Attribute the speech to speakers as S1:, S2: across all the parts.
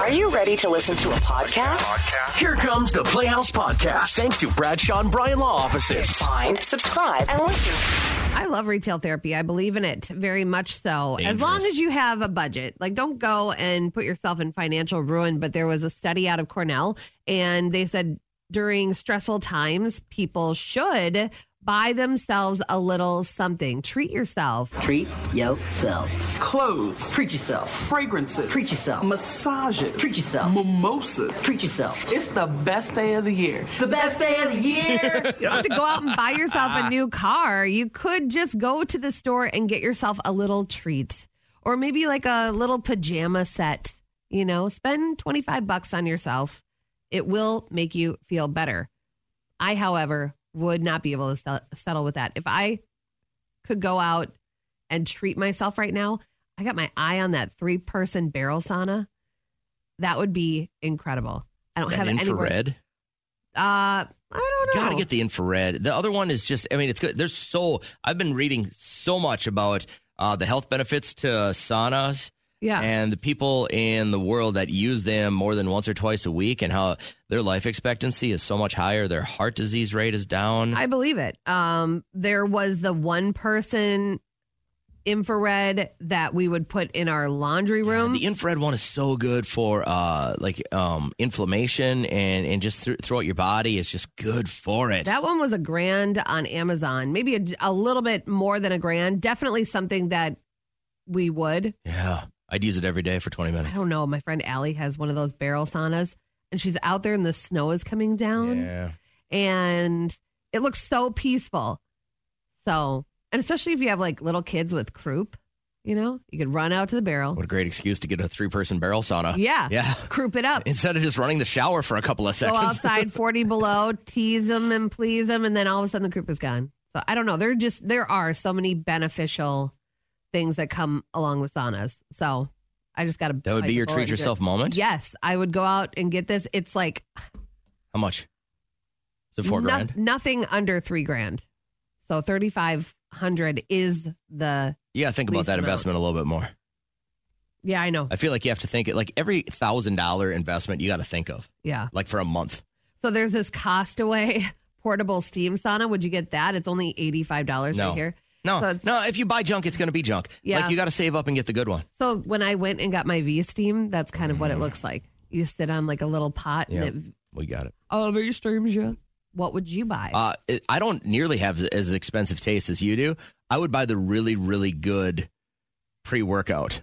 S1: Are you ready to listen to a podcast?
S2: Here comes the Playhouse Podcast, thanks to Bradshaw and Bryan Law Offices.
S1: Find, subscribe, and listen.
S3: I love retail therapy. I believe in it very much so. As long
S4: Dangerous.
S3: as you have a budget, like don't go and put yourself in financial ruin. But there was a study out of Cornell, and they said during stressful times, people should buy themselves a little something, treat yourself.
S5: Treat yourself.
S6: Clothes.
S5: Treat yourself.
S6: Fragrances.
S5: Treat yourself.
S6: Massages.
S5: Treat yourself.
S6: Mimosas.
S5: Treat yourself.
S6: It's the best day of the year.
S5: the best day of the year.
S3: You don't have to go out and buy yourself a new car. You could just go to the store and get yourself a little treat or maybe like a little pajama set. You know, spend 25 bucks on yourself. It will make you feel better. I, however, would not be able to sell- settle with that. If I could go out and treat myself right now, I got my eye on that three person barrel sauna. That would be incredible. I don't
S4: That
S3: have anywhere.
S4: infrared.
S3: Uh, I don't know.
S4: Gotta get the infrared. The other one is just, I mean, it's good. There's so, I've been reading so much about uh, the health benefits to saunas
S3: yeah.
S4: and the people in the world that use them more than once or twice a week and how their life expectancy is so much higher. Their heart disease rate is down.
S3: I believe it. Um, there was the one person infrared that we would put in our laundry room.
S4: the infrared one is so good for uh, like um, inflammation and, and just thr- throughout your body. It's just good for it.
S3: that one was a grand on Amazon, maybe a, a little bit more than a grand. Definitely something that we would.
S4: yeah. I'd use it every day for 20
S3: I
S4: minutes.
S3: don't know. My friend Allie has one of those barrel saunas, and she's out there, and the snow is coming down,
S4: Yeah.
S3: and it looks so peaceful. So, and especially if you have like little kids with croup, you know, you could run out to the barrel.
S4: What a great excuse to get a three person barrel sauna.
S3: Yeah.
S4: Oh, Yeah.
S3: Croup it up.
S4: Instead of just running the shower for a couple of
S3: go
S4: seconds.
S3: outside 40 below tease them and please them and then all of a sudden the group is gone so i don't know there just there are so many beneficial things that come along with saunas so i just gotta
S4: That would
S3: bite
S4: be
S3: the
S4: your
S3: bullet
S4: treat
S3: and do it.
S4: yourself moment?
S3: yes i would go out and get this it's like
S4: How much? Is it four
S3: no-
S4: grand?
S3: nothing under three grand so 3500 is the
S4: You got to think about
S3: least
S4: that
S3: amount.
S4: investment a little bit more.
S3: yeah i know
S4: I feel like you have to think it like every thousand dollar investment you got to think of
S3: yeah
S4: like for a month.
S3: so there's this castaway portable steam sauna would you get that it's only $85
S4: No.
S3: right here
S4: No,
S3: So it's-
S4: no. If you buy junk, it's going to be junk.
S3: Yeah.
S4: Like you got to save up and get the good one.
S3: So when I went and got my V steam, that's kind of what it looks like. You sit on like a little pot
S4: Yeah.
S3: and it
S4: We got it.
S3: oh, V steams you. What would you buy?
S4: Uh, it- I don't nearly have as expensive taste as you do. I would buy the really, really good pre workout.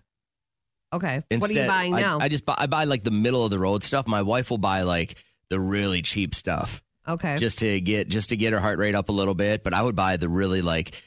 S3: okay. What are you buying
S4: I,
S3: now?
S4: I just buy, I buy like the middle of the road stuff. My wife will buy like the really cheap stuff.
S3: okay.
S4: just to get just to get her heart rate up a little bit. But I would buy the really like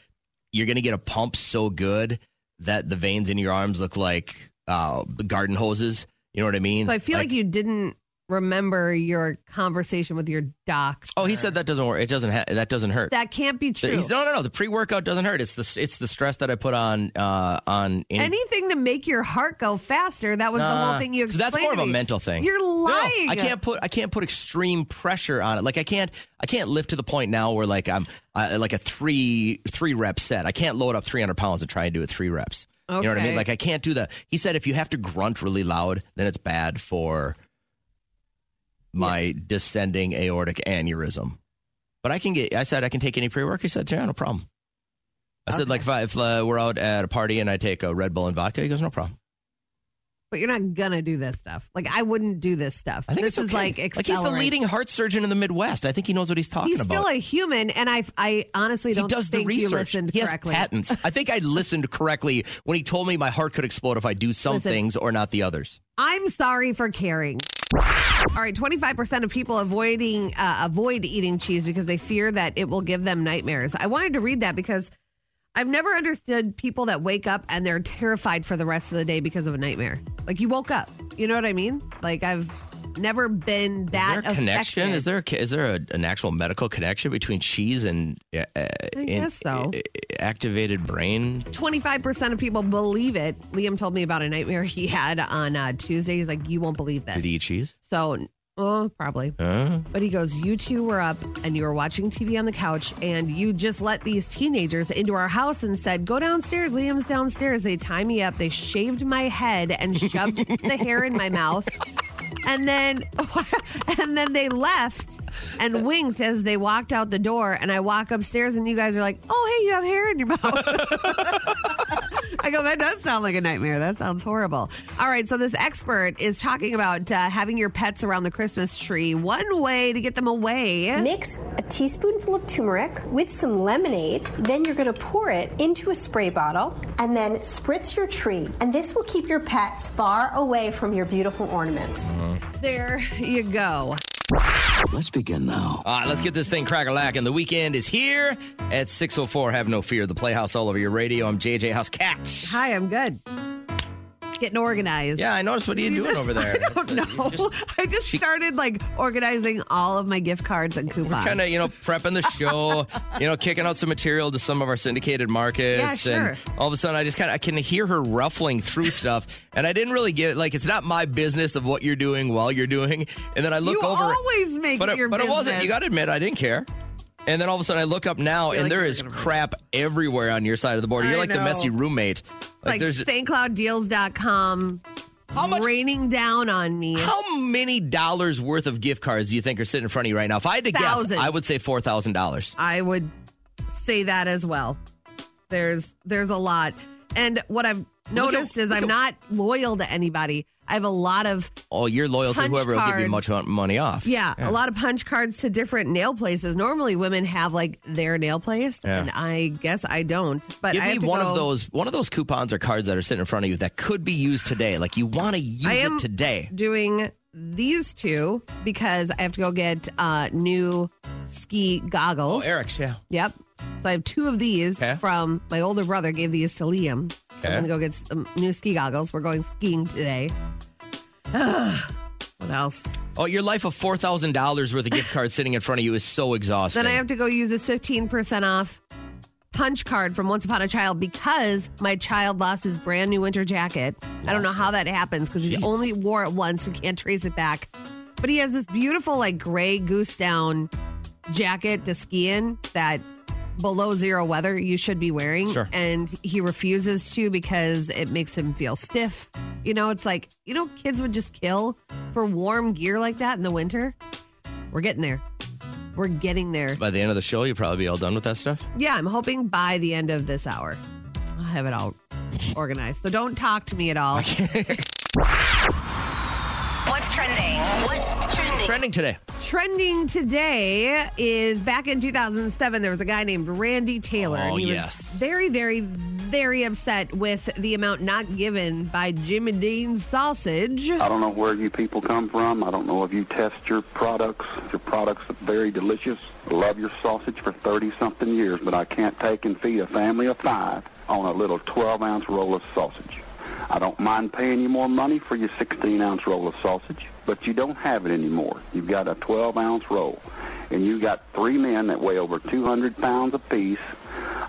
S4: you're gonna get a pump so good that the veins in your arms look like uh, garden hoses. You know what I mean?
S3: so I feel like, you didn't remember your conversation with your doc.
S4: oh, he said that doesn't work. It doesn't. Ha- that doesn't hurt.
S3: That can't be true.
S4: He's- no, no, no. The pre workout doesn't hurt. It's the it's the stress that I put on uh, on any-
S3: Anything to make your heart go faster. That was the
S4: Nah.
S3: whole thing you
S4: So
S3: explained.
S4: that's more
S3: to
S4: of a
S3: me.
S4: mental thing.
S3: You're lying.
S4: No, I can't put I can't put extreme pressure on it. Like I can't I can't lift to the point now where like I'm uh, like a three three rep set. I can't load up 300 pounds and try and do it three reps. You know what I mean?
S3: Okay.
S4: Like I can't do the. He said if you have to grunt really loud, then it's bad for my descending aortic aneurysm. But I can get. I said I can take any pre work. He said, yeah, no problem. I said, like, if, I, if uh, we're out at a party and I take a Red Bull and vodka, he goes, no problem.
S3: But you're not gonna do this stuff. Like I wouldn't do this stuff.
S4: I think
S3: this is
S4: it's okay.
S3: like
S4: like he's the
S3: accelerate.
S4: leading heart surgeon in the Midwest. I think he knows what he's talking
S3: He's
S4: about.
S3: still a human, and I, I honestly
S4: he
S3: don't
S4: does the
S3: think you
S4: research.
S3: listened
S4: he has
S3: correctly.
S4: patents. I think I listened correctly when he told me my heart could explode if I do some
S3: Listen.
S4: things or not the others.
S3: I'm sorry for caring. All right, 25% of people avoiding uh, avoid eating cheese because they fear that it will give them nightmares. I wanted to read that because I've never understood people that wake up and they're terrified for the rest of the day because of a nightmare. Like you woke up, you know what I mean? Like I've never been that
S4: is there a connection?
S3: affected.
S4: Is there a, is there a, an actual medical connection between cheese and, uh, uh, and
S3: guess so.
S4: uh, activated brain?
S3: 25% of people believe it. Liam told me about a nightmare he had on uh, Tuesday. He's like, you won't believe this.
S4: Did he eat cheese?
S3: So, oh, probably.
S4: Huh?
S3: But he goes, You two were up and you were watching TV on the couch, and you just let these teenagers into our house and said, Go downstairs. Liam's downstairs. They tie me up. They shaved my head and shoved the hair in my mouth. and then and then they left and winked as they walked out the door. And I walk upstairs, and you guys are like, "Oh, hey, you have hair in your mouth." I go, "That does sound like a nightmare. That sounds horrible." All right, so this expert is talking about uh, having your pets around the Christmas tree. One way to get them away.
S7: Mix a teaspoonful of turmeric with some lemonade. Then you're going to pour it into a spray bottle and then spritz your tree. And this will keep your pets far away from your beautiful ornaments.
S3: There you go.
S8: Let's begin now.
S4: All right, let's get this thing cracker lacking. The weekend is here at 6.04. Have no fear. The Playhouse all over your radio. I'm JJ House Cats.
S3: Hi, I'm good. Getting organized.
S4: Yeah, I noticed. What are you doing over there?
S3: I don't know. I just started like organizing all of my gift cards and coupons.
S4: Kind of, you know, prepping the show, you know, kicking out some material to some of our syndicated markets.
S3: Yeah, sure.
S4: And all of a sudden, I just kind of, I can hear her ruffling through stuff. And I didn't really get it. Like, it's not my business of what you're doing while you're doing. And then I look
S3: you
S4: over.
S3: always make
S4: but
S3: it your
S4: but it wasn't.
S3: business.
S4: You got to admit, I didn't care. And then all of a sudden, I look up now, and
S3: like
S4: there
S3: you're
S4: is
S3: gonna break
S4: crap everywhere on your side of the board. You're
S3: I
S4: like the
S3: know.
S4: messy roommate.
S3: like
S4: there's
S3: stclouddeals.com
S4: how much
S3: raining down on me.
S4: how many dollars worth of gift cards do you think are sitting in front of you right now? If I had to
S3: Thousands.
S4: guess, I would say four thousand dollars.
S3: I would say that as well. There's there's a lot. And what I've noticed is I'm not loyal to anybody. I have a lot of
S4: Oh, you're loyal to
S3: Punch
S4: whoever will give you much
S3: cards.
S4: money off.
S3: yeah, a lot of punch cards to different nail places. Normally women have like their nail place
S4: Yeah.
S3: and I guess I don't. But
S4: Give
S3: I
S4: me
S3: have to
S4: one
S3: go-
S4: of those one of those coupons or cards that are sitting in front of you that could be used today. Like you want to use
S3: I am-
S4: it today.
S3: doing these two because I have to go get uh, new ski goggles.
S4: Eric's, yeah.
S3: Yep. So I have two of these
S4: Okay.
S3: from my older brother gave these to Liam. So
S4: Okay.
S3: I'm gonna go get some new ski goggles. We're going skiing today. what else?
S4: Oh, your life of four thousand dollars worth of gift cards sitting in front of you is so exhausting.
S3: Then I have to go use this 15% off punch card from Once Upon a Child because my child lost his brand new winter jacket. I don't know how that happens because he only wore it once. We can't trace it back. But he has this beautiful, like, gray goose down jacket to ski in that below zero weather you should be wearing.
S4: Sure.
S3: And he refuses to because it makes him feel stiff. You know, it's like, you know, kids would just kill for warm gear like that in the winter. We're getting there. We're getting there.
S4: By the end of the show, you'll probably be all done with that stuff.
S3: Yeah, I'm hoping by the end of this hour, I'll have it all organized. So don't talk to me at all.
S1: What's trending? What's trending?
S4: Trending today.
S3: Trending today is back in 2007, there was a guy named Randy Taylor.
S4: Oh,
S3: and he
S4: yes.
S3: was very, very, very upset with the amount not given by Jimmy Dean's sausage.
S9: I don't know where you people come from. I don't know if you test your products. Your products are very delicious. Love your sausage for 30-something years, but I can't take and feed a family of five on a little 12-ounce roll of sausage. I don't mind paying you more money for your 16-ounce roll of sausage, but you don't have it anymore. You've got a 12-ounce roll, and you got three men that weigh over 200 pounds apiece,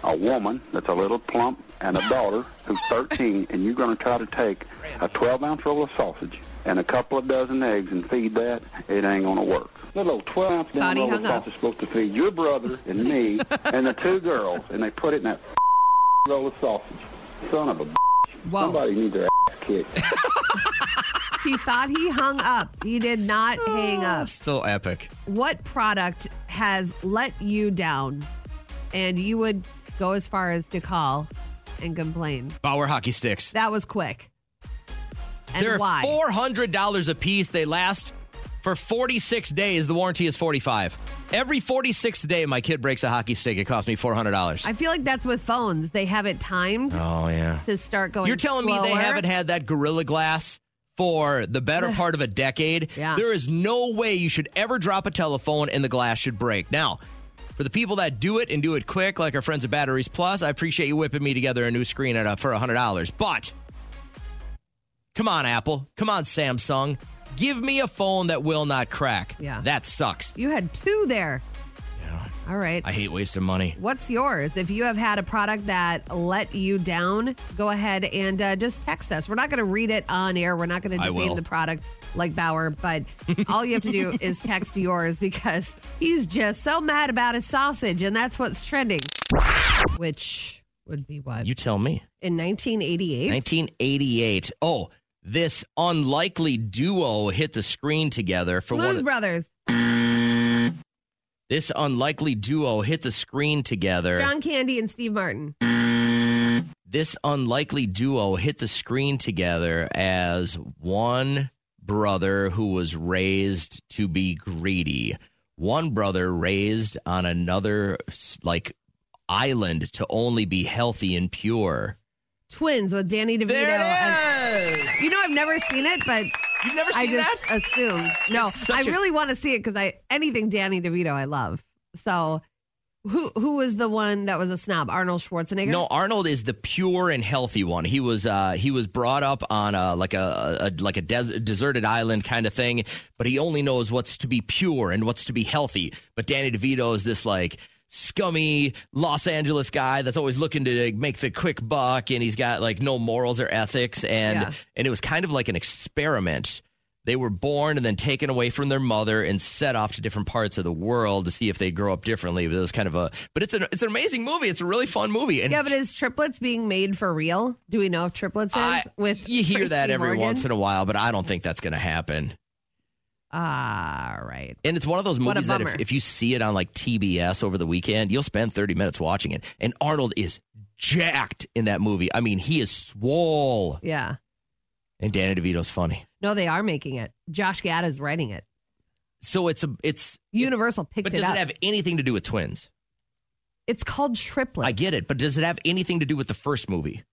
S9: a woman that's a little plump, and a daughter who's 13, and you're going to try to take a 12-ounce roll of sausage and a couple of dozen eggs and feed that, it ain't going to work. That little 12-ounce
S3: Thought
S9: damn
S3: he
S9: roll of
S3: hung up.
S9: sausage is supposed to feed your brother and me and the two girls, and they put it in that roll of sausage. Son of a
S3: Whoa.
S9: Somebody needs their ass kicked.
S3: He thought he hung up. He did not
S4: Ah.
S3: hang up.
S4: Still epic.
S3: What product has let you down? And you would go as far as to call and complain.
S4: Bauer hockey sticks.
S3: That was quick. And
S4: They're
S3: why?
S4: four hundred dollars a piece. They last for forty six days. The warranty is forty five. Every forty sixth day, my kid breaks a hockey stick. It costs me four hundred dollars.
S3: I feel like that's with phones. They have it timed
S4: Oh yeah.
S3: to start going.
S4: You're telling me they
S3: slower.
S4: haven't had that Gorilla Glass for the better part of a decade?
S3: Yeah.
S4: There is no way you should ever drop a telephone and the glass should break. Now, for the people that do it and do it quick, like our friends at Batteries Plus, I appreciate you whipping me together a new screen at a, for $100. But come on, Apple. Come on, Samsung. Give me a phone that will not crack.
S3: Yeah.
S4: That sucks.
S3: You had two there. All right.
S4: I hate wasting money.
S3: What's yours? If you have had a product that let you down, go ahead and uh, just text us. We're not going to read it on air. We're not going to
S4: I will.
S3: defame the product like Bauer, but all you have to do is text yours because he's just so mad about his sausage, and that's what's trending. Which would be what?
S4: You tell me.
S3: In 1988?
S4: 1988. Oh, this unlikely duo hit the screen together for one.
S3: Blues
S4: of-
S3: Brothers.
S4: this unlikely duo hit the screen together.
S3: John Candy and Steve Martin.
S4: this unlikely duo hit the screen together as one brother who was raised to be greedy, one brother raised on another like island to only be healthy and pure.
S3: Twins with Danny DeVito. and-
S4: it is.
S3: you know, I've never seen it, but
S4: You've never
S3: I
S4: seen
S3: just
S4: that?
S3: assumed. No,
S4: It's
S3: I
S4: such a-
S3: really want to see it because I anything Danny DeVito I love. So, who who was the one that was a snob? Arnold Schwarzenegger.
S4: No, Arnold is the pure and healthy one. He was uh, he was brought up on a like a, a like a des- deserted island kind of thing, but he only knows what's to be pure and what's to be healthy. But Danny DeVito is this like scummy Los Angeles guy that's always looking to like, make the quick buck, and he's got like no morals or ethics, and
S3: Yeah.
S4: and it was kind of like an experiment. They were born and then taken away from their mother and set off to different parts of the world to see if they grow up differently. But it was kind of a, but it's an it's an amazing movie. It's a really fun movie. And
S3: Yeah, but is triplets being made for real? Do we know if triplets is
S4: I-
S3: with
S4: you hear that
S3: Tracy
S4: every
S3: Morgan?
S4: once in a while, but I don't think that's going to happen.
S3: All Ah, right.
S4: And it's one of those
S3: What a
S4: movies that
S3: bummer.
S4: if, if you see it on like TBS over the weekend, you'll spend 30 minutes watching it. And Arnold is jacked in that movie. I mean, he is swole.
S3: Yeah.
S4: And Danny DeVito's funny.
S3: No, they are making it. Josh Gad is writing it.
S4: So it's a it's
S3: Universal picked
S4: but
S3: it
S4: does
S3: up.
S4: it have anything to do with twins?
S3: it's called Triplets.
S4: I get it, but does it have anything to do with the first movie?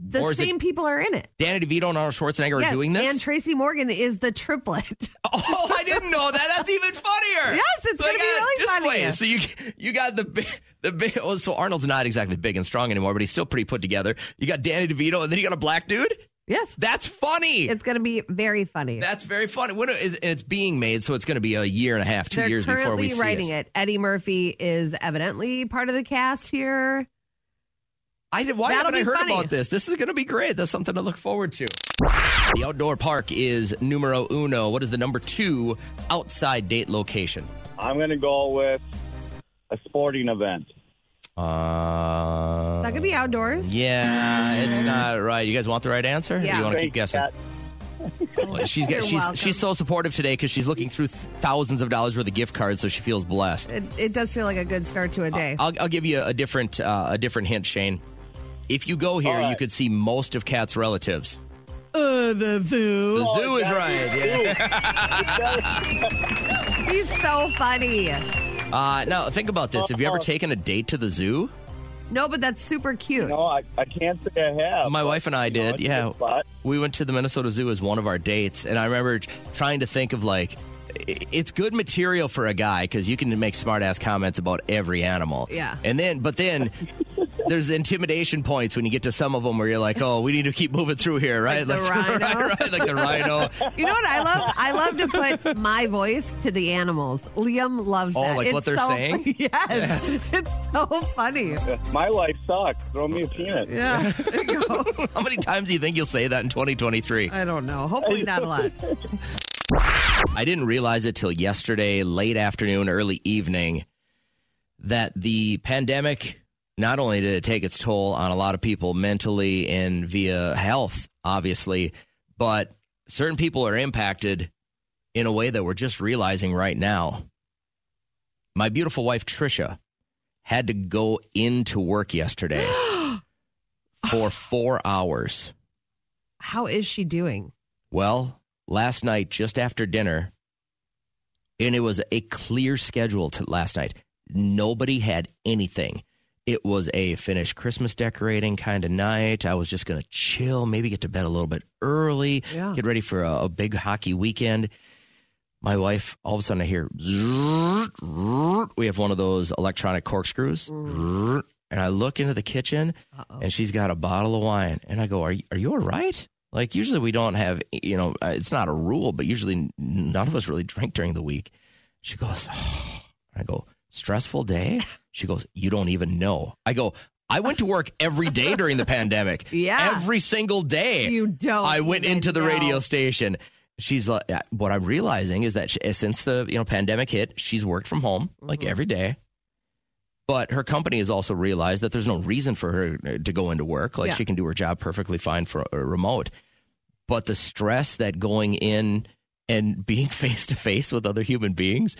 S4: or
S3: the
S4: is it-
S3: same people are in it.
S4: Danny DeVito and Arnold Schwarzenegger
S3: Yes,
S4: are doing this?
S3: And Tracy Morgan is the triplet.
S4: Oh, I didn't know that. That's even funnier.
S3: Yes, it's gonna be
S4: I got-
S3: really
S4: just
S3: funny.
S4: Wait. So you you got the big the big. Oh, so Arnold's not exactly big and strong anymore, but he's still pretty put together. You got Danny DeVito, and then you got a black dude.
S3: yes.
S4: That's funny.
S3: It's going to be very funny.
S4: That's very funny. When it is, and it's being made, so it's going to be a year and a half, 2
S3: They're
S4: years
S3: currently
S4: before we see
S3: writing
S4: it.
S3: it. Eddie Murphy is evidently part of the cast here.
S4: I did, why
S3: That'll
S4: haven't I
S3: be
S4: heard
S3: funny.
S4: about this? This is going to be great. That's something to look forward to. The outdoor park is numero uno. What is the number two outside date location?
S10: I'm going to go with a sporting event.
S4: Uh,
S3: That could be outdoors.
S4: Yeah, it's not right. You guys want the right answer? Or
S3: Yeah.
S4: you want to keep
S10: Thanks,
S4: guessing?
S10: Kat.
S4: Well, She's
S3: You're
S4: got, she's
S3: welcome.
S4: she's so supportive today because she's looking through thousands of dollars worth of gift cards, so she feels blessed.
S3: It, it does feel like a good start to a day.
S4: I'll, I'll give you a different uh, a different hint, Shane. If you go here,
S10: All right.
S4: you could see most of Kat's relatives.
S3: Uh, the
S4: The
S3: zoo.
S4: zoo is right. Yeah.
S3: He's so funny.
S4: Uh, now think about this. Have you ever taken a date to the zoo?
S3: No, but that's super cute.
S10: No, I, I can't say I have.
S4: Uh, My
S10: but,
S4: wife and I
S10: you know,
S4: did.
S10: it's a
S4: Yeah,
S10: good spot.
S4: we went to the Minnesota Zoo as one of our dates, and I remember t- trying to think of like, i- it's good material for a guy because you can make smart ass comments about every animal.
S3: Yeah.
S4: and then but then. There's intimidation points when you get to some of them where you're like, oh, we need to keep moving through here, right?
S3: Like the
S4: right,
S3: rhino.
S4: right, like the rhino.
S3: You know what I love? I love to put my voice to the animals. Liam loves
S4: Oh,
S3: that.
S4: like what they're
S3: so-
S4: saying?
S3: Yes. It's so funny.
S10: My life sucks. Throw me a peanut.
S3: Yeah. There you go.
S4: How many times do you think you'll say that in 2023?
S3: I don't know. Hopefully not a lot.
S4: I didn't realize it till yesterday, late afternoon, early evening, that the pandemic not only did it take its toll on a lot of people mentally and via health, obviously, but certain people are impacted in a way that we're just realizing right now. My beautiful wife, Trisha, had to go into work yesterday for four hours.
S3: How is she doing?
S4: Well, last night, just after dinner, and it was a clear schedule to last night. Nobody had anything. It was a finished Christmas decorating kind of night. I was just going to chill, maybe get to bed a little bit early,
S3: Yeah.
S4: get ready for a, a big hockey weekend. My wife, all of a sudden, I hear "Zzzz, zzzz." we have one of those electronic corkscrews, Zzzz. and I look into the kitchen, and she's got a bottle of wine, and I go, "Are you, are you all right?" Like usually we don't have, you know, uh, it's not a rule, but usually n- none of us really drink during the week. She goes, I go, stressful day? She goes, you don't even know. I go, I went to work every day during the pandemic.
S3: Yeah.
S4: Every single day.
S3: You don't
S4: I went
S3: even
S4: into the
S3: know.
S4: radio station. She's like, uh, what I'm realizing is that she, since the you know pandemic hit, she's worked from home like
S3: Mm-hmm.
S4: every day. But her company has also realized that there's no reason for her to uh, go into work. Like
S3: Yeah.
S4: she can do her job perfectly fine for uh, remote. but the stress that going in and being face to face with other human beings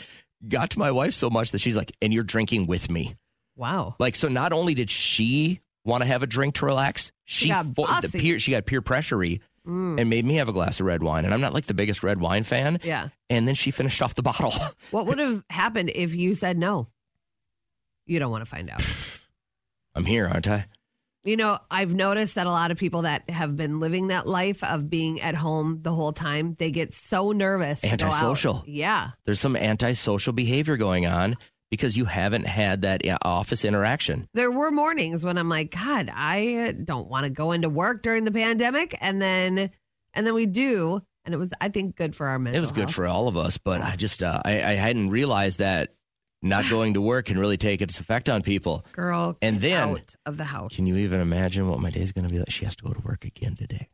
S4: got to my wife so much that she's like, and you're drinking with me.
S3: Wow.
S4: Like, so not only did she want to have a drink to relax, she,
S3: got
S4: the
S3: bossy. Mm.
S4: peer, she got peer pressurery and made me have a glass of red wine. And I'm not like the biggest red wine fan.
S3: Yeah.
S4: And then she finished off the bottle.
S3: What would have happened if you said no? You don't want to find out.
S4: I'm here, aren't I?
S3: You know, I've noticed that a lot of people that have been living that life of being at home the whole time, they get so nervous. to go out.
S4: Antisocial.
S3: Yeah.
S4: There's some antisocial behavior going on because you haven't had that uh, office interaction.
S3: There were mornings when I'm like, God, I don't want to go into work during the pandemic. And then, and then we do. And it was, I think, good for our mental
S4: It was good
S3: health.
S4: for all of us, but I just uh, I, I hadn't realized that not going to work can really take its effect on people.
S3: Girl,
S4: And
S3: get
S4: then-
S3: out of the house.
S4: Can you even imagine what my day's going to be like? She has to go to work again today.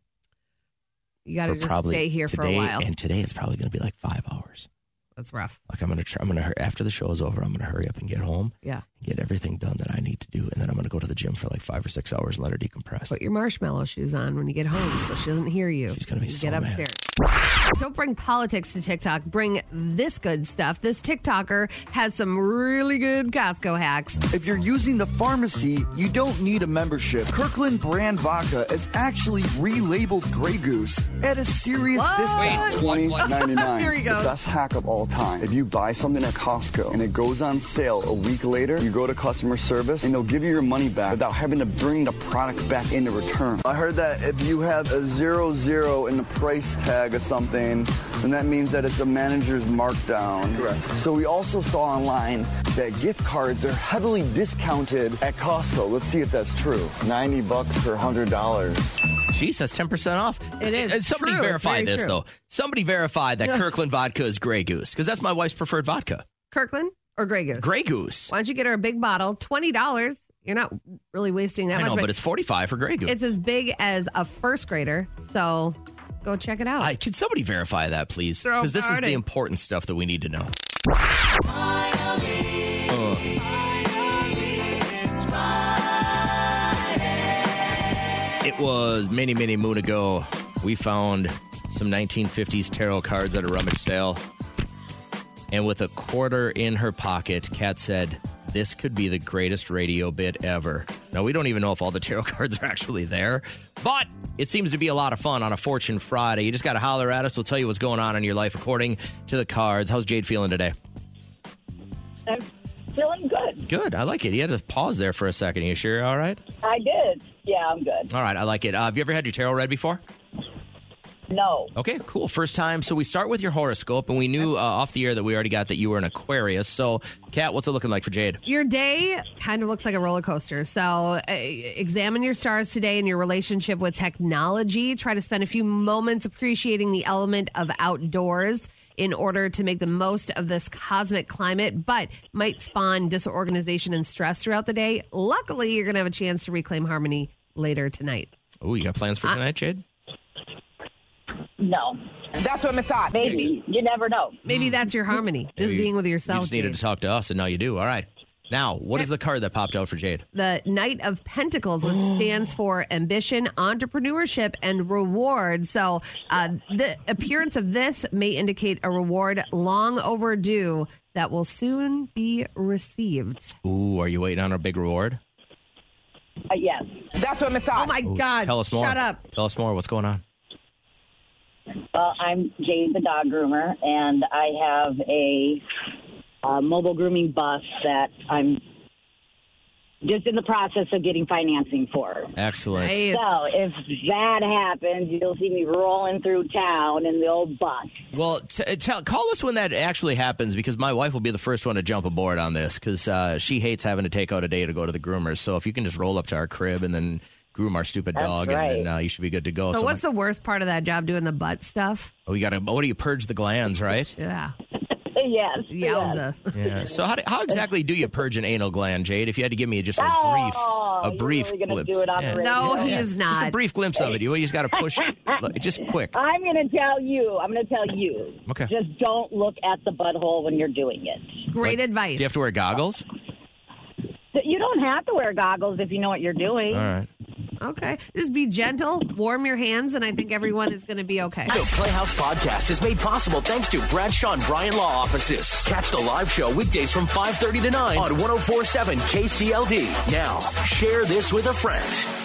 S3: You got
S4: For
S3: to just stay here
S4: today,
S3: for a while.
S4: and today is probably going to be like five hours.
S3: That's rough.
S4: Like I'm going to try. I'm going to after the show is over. I'm going to hurry up and get home,
S3: Yeah.
S4: and get everything done that I need to do, and then I'm going to go to the gym for like five or six hours and let her decompress.
S3: Put your marshmallow shoes on when you get home so she doesn't hear you.
S4: She's gonna be
S3: You
S4: so
S3: Get
S4: mad.
S3: upstairs. Don't bring politics to TikTok. Bring this good stuff. This TikToker has some really good Costco hacks.
S11: If you're using the pharmacy, you don't need a membership. Kirkland brand vodka is actually relabeled Grey Goose at a serious
S3: What?
S11: discount.
S4: Wait,
S11: Twenty ninety nine.
S3: Here he goes.
S11: The best hack of all time. If you buy something at Costco and it goes on sale a week later, you go to customer service and they'll give you your money back without having to bring the product back into return. I heard that if you have a zero zero in the price tag of something, then that means that it's a manager's markdown. Correct. So we also saw online that gift cards are heavily discounted at Costco. Let's see if that's true. 90 bucks for $100.
S4: Jesus, ten percent off.
S3: It is
S4: And somebody
S3: true.
S4: verify
S3: Very
S4: this
S3: true.
S4: though. Somebody verify that Kirkland vodka is Grey Goose because that's my wife's preferred vodka.
S3: Kirkland or Grey Goose?
S4: Grey Goose.
S3: Why don't you get her a big bottle? $20. You're not really wasting that
S4: I
S3: much.
S4: know, but it's 45 for Grey Goose.
S3: it's as big as a first grader. So go check it out.
S4: I, can somebody verify that, please?
S3: Throw
S4: Because this is
S3: party.
S4: the important stuff that we need to know. It was many, many moon ago. We found some 1950s tarot cards at a rummage sale. And with a quarter in her pocket, Kat said, This could be the greatest radio bit ever. Now, we don't even know if all the tarot cards are actually there, but it seems to be a lot of fun on a Fortune Friday. You just got to holler at us. We'll tell you what's going on in your life according to the cards. How's Jade feeling today?
S12: I'm feeling good.
S4: Good. I like it. You had to pause there for a second. You sure you're all right?
S12: I did. Yeah, I'm good.
S4: All right. I like it. Uh, have you ever had your tarot read before?
S12: No.
S4: Okay, cool. First time. So we start with your horoscope, and we knew uh, off the air that we already got that you were an Aquarius. So, Kat, what's it looking like for Jade?
S3: Your day kind of looks like a roller coaster. So, uh, examine your stars today and your relationship with technology. Try to spend a few moments appreciating the element of outdoors in order to make the most of this cosmic climate, but might spawn disorganization and stress throughout the day. Luckily, you're going to have a chance to reclaim harmony later tonight.
S4: Oh, you got plans for tonight, Jade?
S12: No.
S5: That's what I thought.
S12: Maybe. You never know.
S3: Maybe that's your harmony, just
S4: You-
S3: being with
S4: Hmm. You
S3: yourself.
S4: just needed
S3: Jade.
S4: to talk to us, and now you do. All right. Now, what is the card that popped out for Jade?
S3: the Knight of Pentacles, which stands for ambition, entrepreneurship, and reward. So, uh, the appearance of this may indicate a reward long overdue that will soon be received.
S4: Ooh, are you waiting on a big reward?
S12: Uh, yes.
S5: That's what I
S3: Oh
S5: thought.
S3: my
S4: Ooh,
S3: God!
S4: Tell us more.
S3: Shut up.
S4: Tell us more. What's going on?
S12: Well, I'm Jade the dog groomer, and I have a, uh mobile grooming bus that I'm just in the process of getting financing for.
S4: Excellent.
S3: Nice.
S12: So if that happens, you'll see me rolling through town in the old bus.
S4: Well, t- uh, tell call us when that actually happens because my wife will be the first one to jump aboard on this because uh, she hates having to take out a day to go to the groomers. So if you can just roll up to our crib and then groom our stupid
S12: That's
S4: dog,
S12: right.
S4: and then uh, you should be good to go.
S3: So,
S4: I'm
S3: what's the worst part of that job? Doing the butt stuff?
S4: like, oh, you got to? What do you purge the glands, right?
S3: Yeah,
S12: Yes. yes.
S3: yowza.
S4: Yeah. So how, do, how exactly do you purge an anal gland, Jade? If you had to give me just a brief,
S12: Oh,
S4: a
S12: you're
S4: brief
S12: really gonna
S4: glimpse.
S12: do it on the radio.
S3: No, he is
S4: Just a
S3: not.
S4: brief glimpse of it. You just got to push, like, just quick.
S12: I'm going to tell you. I'm going to tell you.
S4: Okay.
S12: Just don't look at the butthole when you're doing it.
S3: Great
S4: Like,
S3: advice.
S4: Do you have to wear goggles?
S12: You don't have to wear goggles if you know what you're doing.
S4: All right.
S3: Okay. Just be gentle, warm your hands, and I think everyone is going to be okay.
S2: The Playhouse Podcast is made possible thanks to Bradshaw and Bryan Law Offices. Catch the live show weekdays from 5.30 to 9 on 104.7 KCLD. Now, share this with a friend.